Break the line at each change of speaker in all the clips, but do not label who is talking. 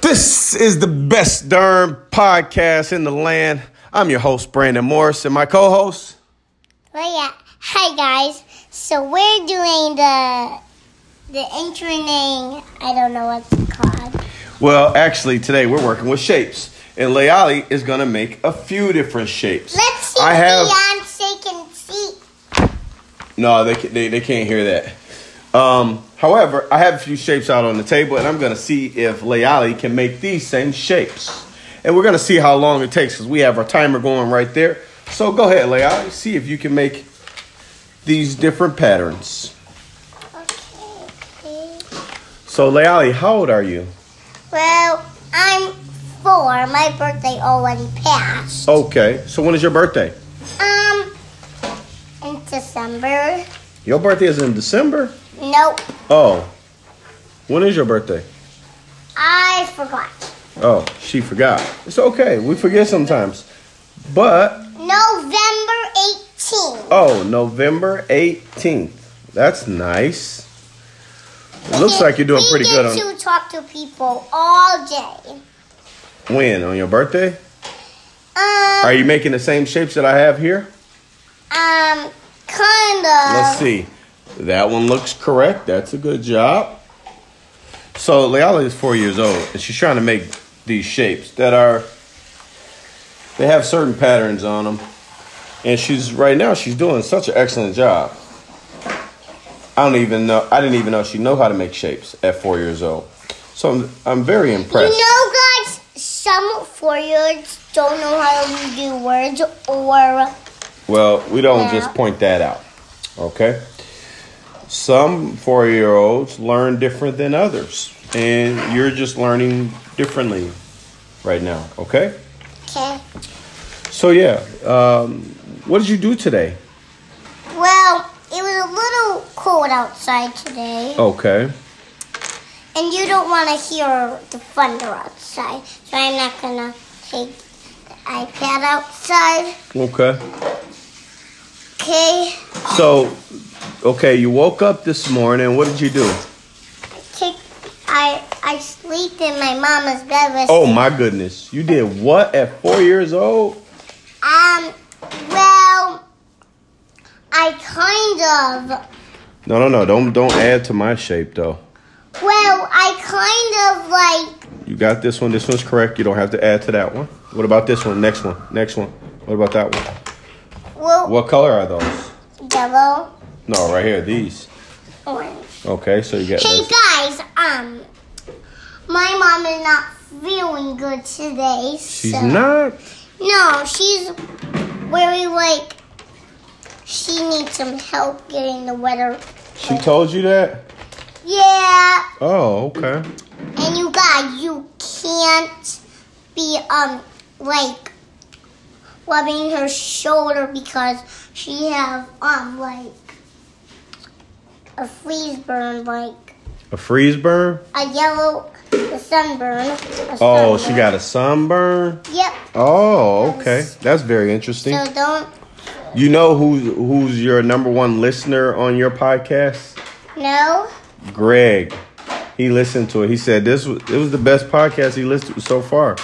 This is the best darn podcast in the land. I'm your host, Brandon Morris, and my co host.
Well, yeah. Hi guys. So we're doing the the interning. I don't know what's called.
Well, actually, today we're working with shapes, and Layali is going to make a few different shapes.
Let's see
I
if
have.
Beyonce can see.
No, they, ca- they, they can't hear that. Um, however, I have a few shapes out on the table, and I'm going to see if Layali can make these same shapes. And we're going to see how long it takes because we have our timer going right there. So go ahead, Layali, see if you can make these different patterns.
Okay. okay.
So, Layali, how old are you?
Well, I'm four. My birthday already passed.
Okay. So, when is your birthday?
Um, in December.
Your birthday is in December?
Nope.
Oh. When is your birthday?
I forgot.
Oh, she forgot. It's okay. We forget sometimes. But
November 18th.
Oh, November 18th. That's nice. It looks like you're doing
we
pretty good
get
on
to talk to people all day.
when on your birthday.
Um,
Are you making the same shapes that I have here?
Um, kind of.
Let's see. That one looks correct. That's a good job. So Leala is four years old, and she's trying to make these shapes that are they have certain patterns on them, and she's right now she's doing such an excellent job. I don't even know. I didn't even know she know how to make shapes at four years old. So I'm, I'm very
You
impressed.
know, guys, some four-year-olds don't know how to do words or
Well, we don't
Yeah.
just point that out. Okay? Some four year olds learn different than others. And you're just learning differently right now. Okay?
okay.
So, yeah. Um, what did you do today?
Well, it was a little cold outside today,
Okay.
and you don't want to hear the thunder outside, so I'm not gonna take the iPad outside.
Okay.
Okay,
So, okay, you woke up this morning. What did you do?
take. I I sleep in my mama's bed with.
Oh, my goodness. You did what at four years old?
Um. Well, I kind of.
No, no, no. Don't don't add to my shape though.
Well, I kind of like
You got this one. This one's correct. You don't have to add to that one. What about this one? Next one. Next one. What about that one?
well,
What color are those?
yellow,
No, right here. These.
orange.
Okay, so you got
Hey
those.
guys, um, my mom is not feeling good today.
She's
so.
not.
No, she's very like she needs some help getting the weather.
She told you that?
Yeah,
Oh, okay.
and you guys, you can't be um like rubbing her shoulder because she have um like a freeze burn like.
A freeze burn?
a yellow a sunburn. a
Oh,
sunburn.
she got a sunburn.
Yep.
Oh, okay. That's very interesting.
So don't
You know who's who's your number one listener on your podcast?
no.
Greg. He listened to it. He said this was it was the best podcast he listened to so far.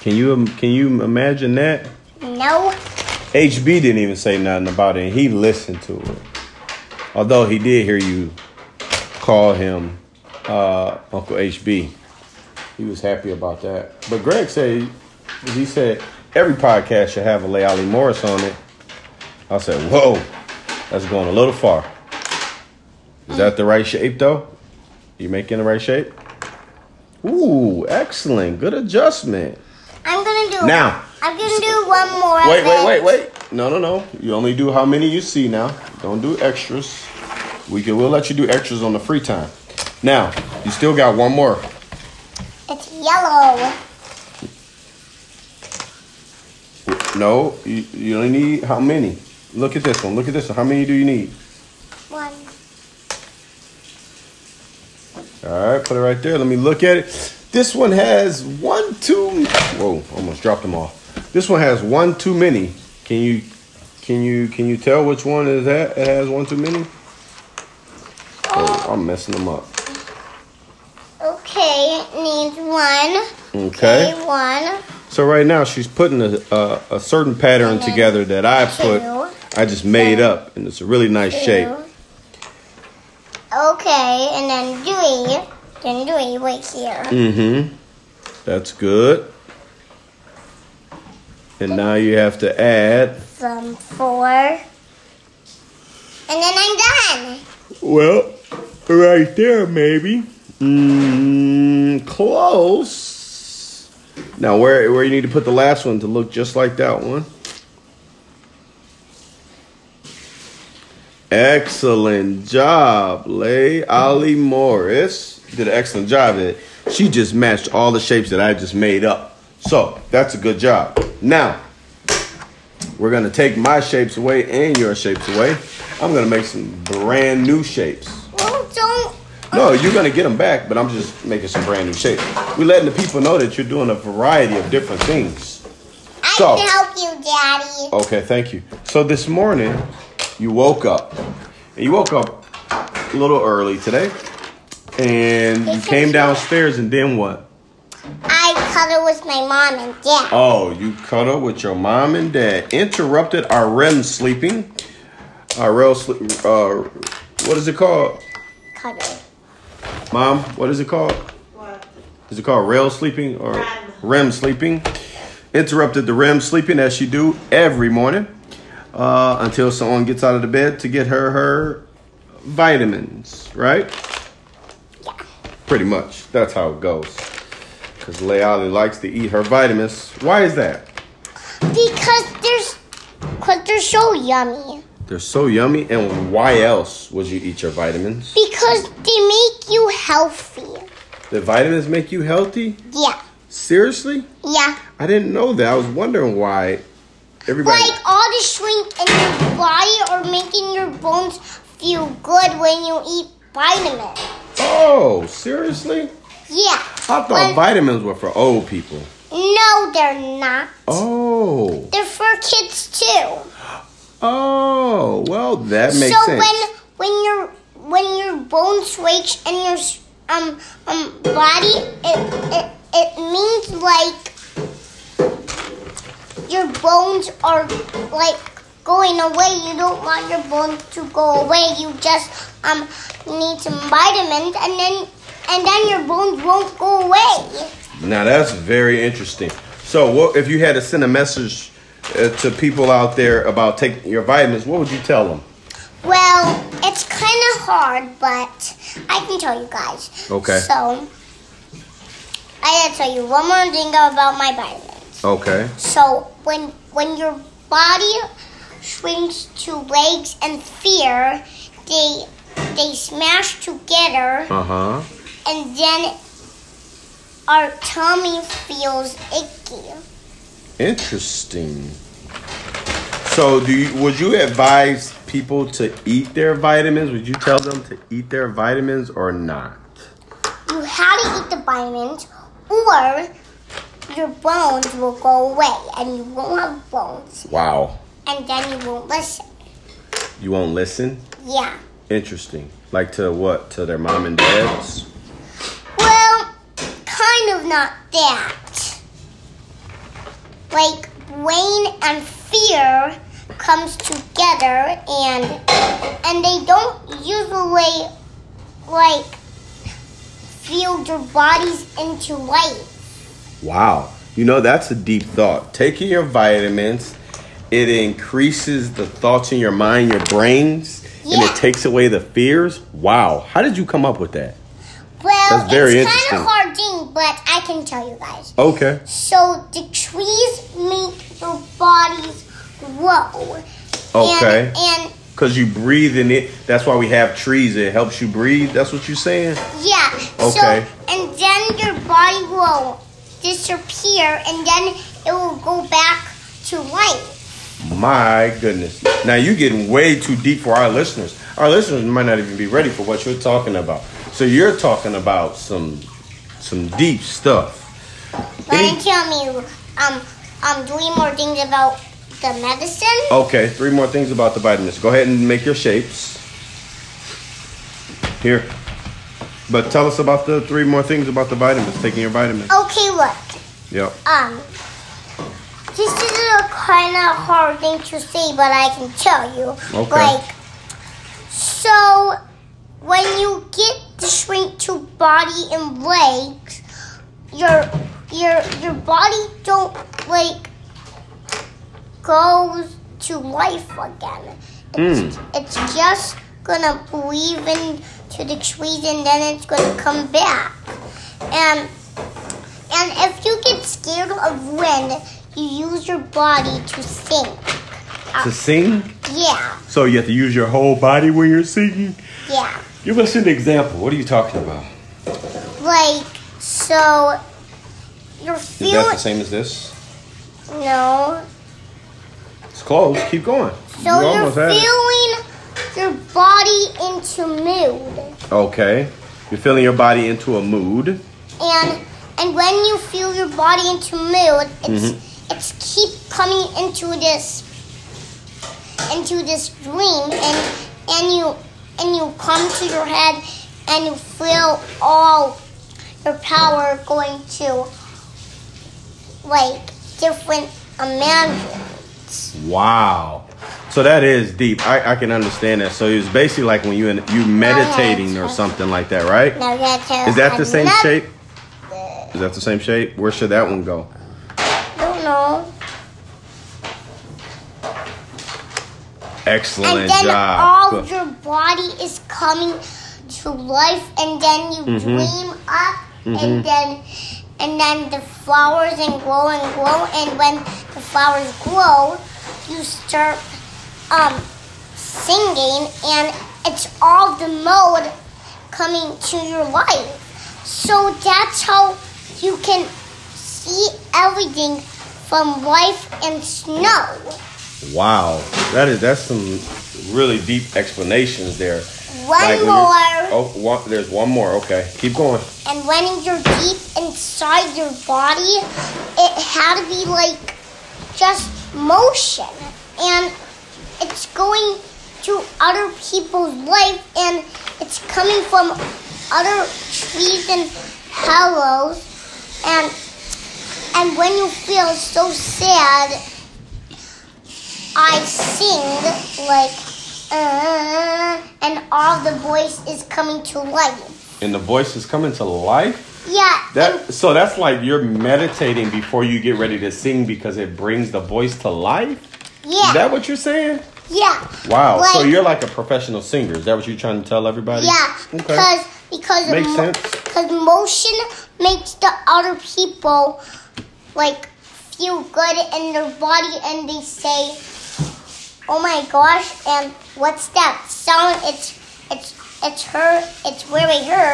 Can you can you imagine that?
No.
HB didn't even say nothing about it. And he listened to it, although he did hear you call him uh, Uncle HB. He was happy about that. But Greg said he said every podcast should have a Layali Morris on it. I said, "Whoa, that's going a little far." Is that the right shape though? You making the right shape? Ooh, excellent. Good adjustment.
I'm gonna do
Now.
I'm gonna do one more.
Wait, wait,
then-
wait, wait. No, no, no. You only do how many you see now. Don't do extras. We can we'll let you do extras on the free time. Now, you still got one more.
It's yellow.
No, you, you only need how many? Look at this one. Look at this one. How many do you need?
One.
All right, put it right there. Let me look at it. This one has one too. Whoa, almost dropped them off. This one has one too many. Can you, can you, can you tell which one is that? It has one too many. Oh, I'm messing them up.
Okay. it needs one.
Okay.
One.
So right now she's putting a, a, a certain pattern together that I put,
Two.
I just made up, and it's a really nice shape.
two. Okay, and then Dewey. Then Dewey right here.
Mm-hmm. That's good. And now you have to add.
Some four. And then I'm done.
Well, right there maybe. Mm, close. Now where where you need to put the last one to look just like that one. Excellent job, Lay Ali Morris. Did an excellent job. That she just matched all the shapes that I just made up. So that's a good job. Now we're gonna take my shapes away and your shapes away. I'm gonna make some brand new shapes.
Oh, don't.
No, you're gonna get them back, but I'm just making some brand new shapes. We're letting the people know that you're doing a variety of different things.
I
So-
can help you, Daddy.
Okay, thank you. So this morning, you woke up, and you woke up a little early today, and you came downstairs, and then what?
I cuddle with my mom and dad.
Oh, you caught up with your mom and dad. Interrupted our REM sleeping. Our REM sleep. Uh, what is it called,
Cuddle.
mom? What is it called?
What?
Is it called rail sleeping or
REM.
REM sleeping? Interrupted the REM sleeping as she do every morning uh, until someone gets out of the bed to get her her vitamins, right? Pretty much. That's how it goes. Because Leali likes to eat her vitamins. Why is that?
Because there's, cause they're so yummy.
They're so yummy. And why else would you eat your vitamins?
Because they make you healthy.
The vitamins make you healthy?
Yeah.
Seriously?
Yeah.
I didn't know that. I was wondering why everybody.
Like all the shrink in your body or making your bones feel good when you eat vitamins.
Oh, seriously?
Yeah.
I thought
When-
vitamins were for old people.
No, they're not.
Oh,
They're for kids too.
oh, well that makes
so
sense.
when when your when your bones breaks and your s- um um body it it, it means like your bones are like going away. You don't want your bones to go away. You just um need some vitamins and then and then your bones won't go away.
now that's very interesting. So, what if you had to send a message uh, to people out there about taking your vitamins? What would you tell them?
Well, it's kind of hard, but I can tell you guys.
Okay.
So, I gotta tell you one more thing about my vitamins.
Okay.
So, when when your body shrinks to legs and fear, they they smash together,
Uh huh.
and then our tummy feels icky.
Interesting. So, do you, would you advise people to eat their vitamins? Would you tell them to eat their vitamins or not?
You have to eat the vitamins, or your bones will go away, and you won't have bones.
Wow.
and then you won't listen.
You won't listen.
Yeah.
Interesting. Like to what? To their mom and dads?
Well, kind of not that. Like rain and fear comes together and and they don't usually like field their bodies into light.
Wow. You know, that's a deep thought. Taking your vitamins, it increases the thoughts in your mind, your brains, and
Yeah.
it takes away the fears. Wow. How did you come up with that?
Well,
That's very
it's
interesting.
kind of hard thing, but I can tell you guys.
Okay.
So the trees make their bodies grow.
Okay.
And, and
Because you breathe in it. That's why we have trees. It helps you breathe. That's what you're saying?
Yeah.
Okay.
So, and then your body will disappear, and then it will go back to life.
My goodness. Now you're getting way too deep for our listeners. Our listeners might not even be ready for what you're talking about. So you're talking about some some deep stuff.
But
Any-
I'm telling you, um, um, doing more things about the medicine.
Okay, three more things about the vitamins. Go ahead and make your shapes. Here. But tell us about the three more things about the vitamins, taking your vitamins.
Okay, look.
Yep.
Um, this is a kind of hard thing to say, but I can tell you.
Okay.
Like, so when you get the shrink to body and legs, your your your body don't like goes to life again. It's, it's just gonna breathe into the trees and then it's gonna come back. And and if you get scared of wind, you use your body to sink.
To sing?
Yeah,
So you have to use your whole body when you're singing?
yeah.
Give us an example. What are you talking about?
Like so, you're
Is that
feeling
the same as this?
no.
It's close. Keep going.
So
you
you are
almost had it.
feeling your body into mood,
Okay. You're feeling your body into a mood.
and and when you feel your body into mood, it's
Mm-hmm.
it's keep coming into this into this dream, and and you and you come to your head, and you feel all your power going to like different amount.
Wow. So that is deep. I, I can understand that. So it's basically like when you in, you meditating or something like that, right?
Now you have to
Is that the same
another-
shape? Is that the same shape? Where should that one go?
Don't know.
Excellent
and then
job.
all
Good.
your body is coming to life and then you
Mm-hmm.
dream up and then and then the flowers and grow and grow and when the flowers grow you start um singing and it's all the mode coming to your life so that's how you can see everything from life and snow
Wow, that is that's some really deep explanations there.
One
when you're-
more.
Oh, one, there's one more. Okay, keep going.
And when you're deep inside your body, it had to be like just motion. And it's going to other people's life and it's coming from other trees and hollows. And and when you feel so sad, I sing like uh, and all the voice is coming to life.
And the voice is coming to life.
Yeah. and-
That so that's like you're meditating before you get ready to sing because it brings the voice to life.
yeah.
Is that what you're saying?
yeah.
Wow. so
Like-
you're like a professional singer. Is that what you're trying to tell everybody?
Yeah.
Okay.
Because because
Makes sense.
Because motion makes the other people like feel good in their body, and they say, "Oh my gosh!" And what's that sound? It's it's it's her. It's really her.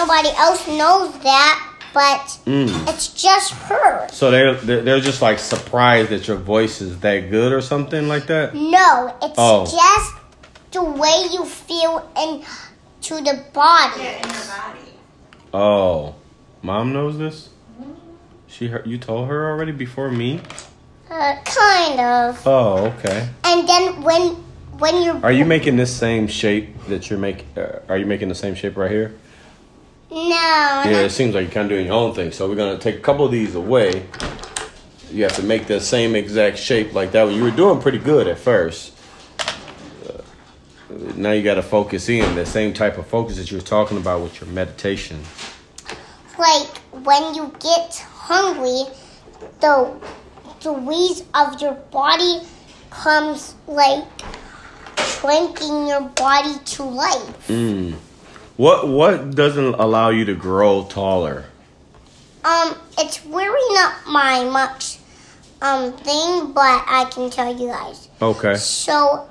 Nobody else knows that, but
Mm.
it's just her.
So they're they're they're just like surprised that your voice is that good or something like that.
No, it's
Oh.
just the way you feel in to the body.
Yeah, in your body.
Oh, mom knows this. She heard, you told her already before me.
Uh, kind of.
Oh, okay.
And then when when you're
Are you making this same shape that you're making? Uh, are you making the same shape right here?
no
Yeah, it seems like you're kind of doing your own thing. So we're gonna take a couple of these away. You have to make the same exact shape like that one. You were doing pretty good at first. Uh, Now you got to focus in the same type of focus that you were talking about with your meditation.
like when you get hungry, the the wheeze of your body comes like shrinking your body to
Mm.
life.
What what doesn't allow you to grow taller?
Um, it's really not my much um thing, but I can tell you guys.
Okay,
So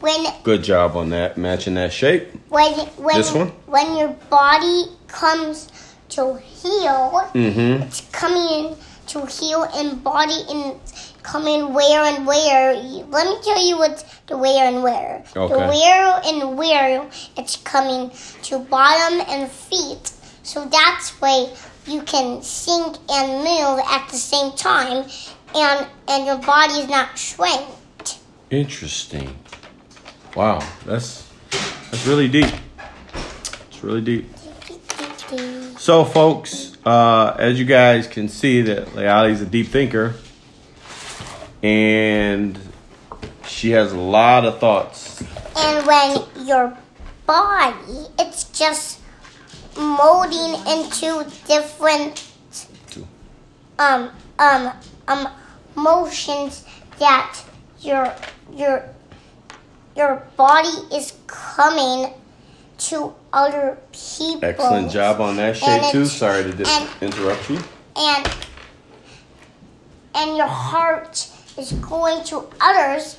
when
good job on that matching that shape.
when when
This one?
when your body comes to heal,
Mm-hmm.
it's coming in to heal and body and coming where and where. You- Let me tell you what's the where and where. The
Okay.
where and where it's coming to bottom and feet. So that's way you can sink and move at the same time, and and your body is not shrink.
Interesting. Wow, that's that's really deep. It's really deep. So, folks, uh, as you guys can see, that Leali's a deep thinker, and she has a lot of thoughts.
And when your body, it's just molding into different um um um motions that your your your body is coming to other people.
Excellent job on that, Shay.
And
Too
it's-
sorry to dis-
and-
interrupt you.
and and your heart is going to others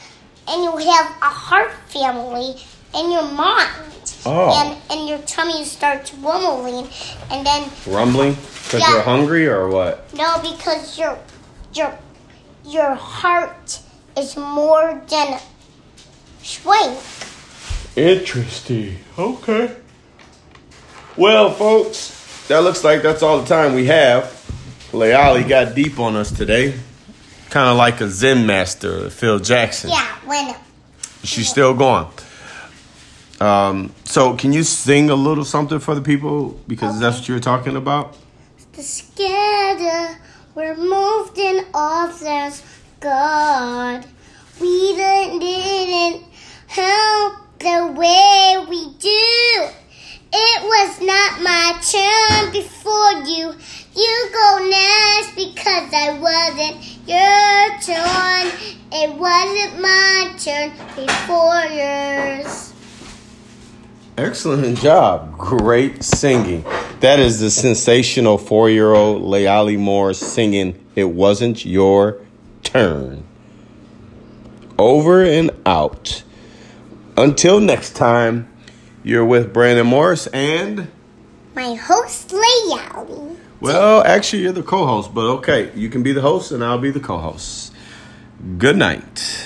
and you have a heart family in your mind
Oh.
and and your tummy starts rumbling and then
Rumbling because
Yeah.
you're hungry or what?
no because your your your heart is more than swing
Interesting. Okay. Well, folks, that looks like that's all the time we have. Leali got deep on us today. Kind of like a Zen master, Phil Jackson.
yeah when
She's still going. Um, so, can you sing a little something for the people? Because that's what you were talking about.
the scatter were moved in others God. We didn't- didn't help the way we do. It was not my turn before you. You go next because I wasn't your turn. It wasn't my turn before yours.
Excellent job. Great singing. That is the sensational four year old Leali Moore singing It Wasn't Your Turn. Over and out. Until next time, you're with Brandon Morris and.
My host Leowie.
Well, actually, you're the co host, but okay, you can be the host and I'll be the co host. Good night.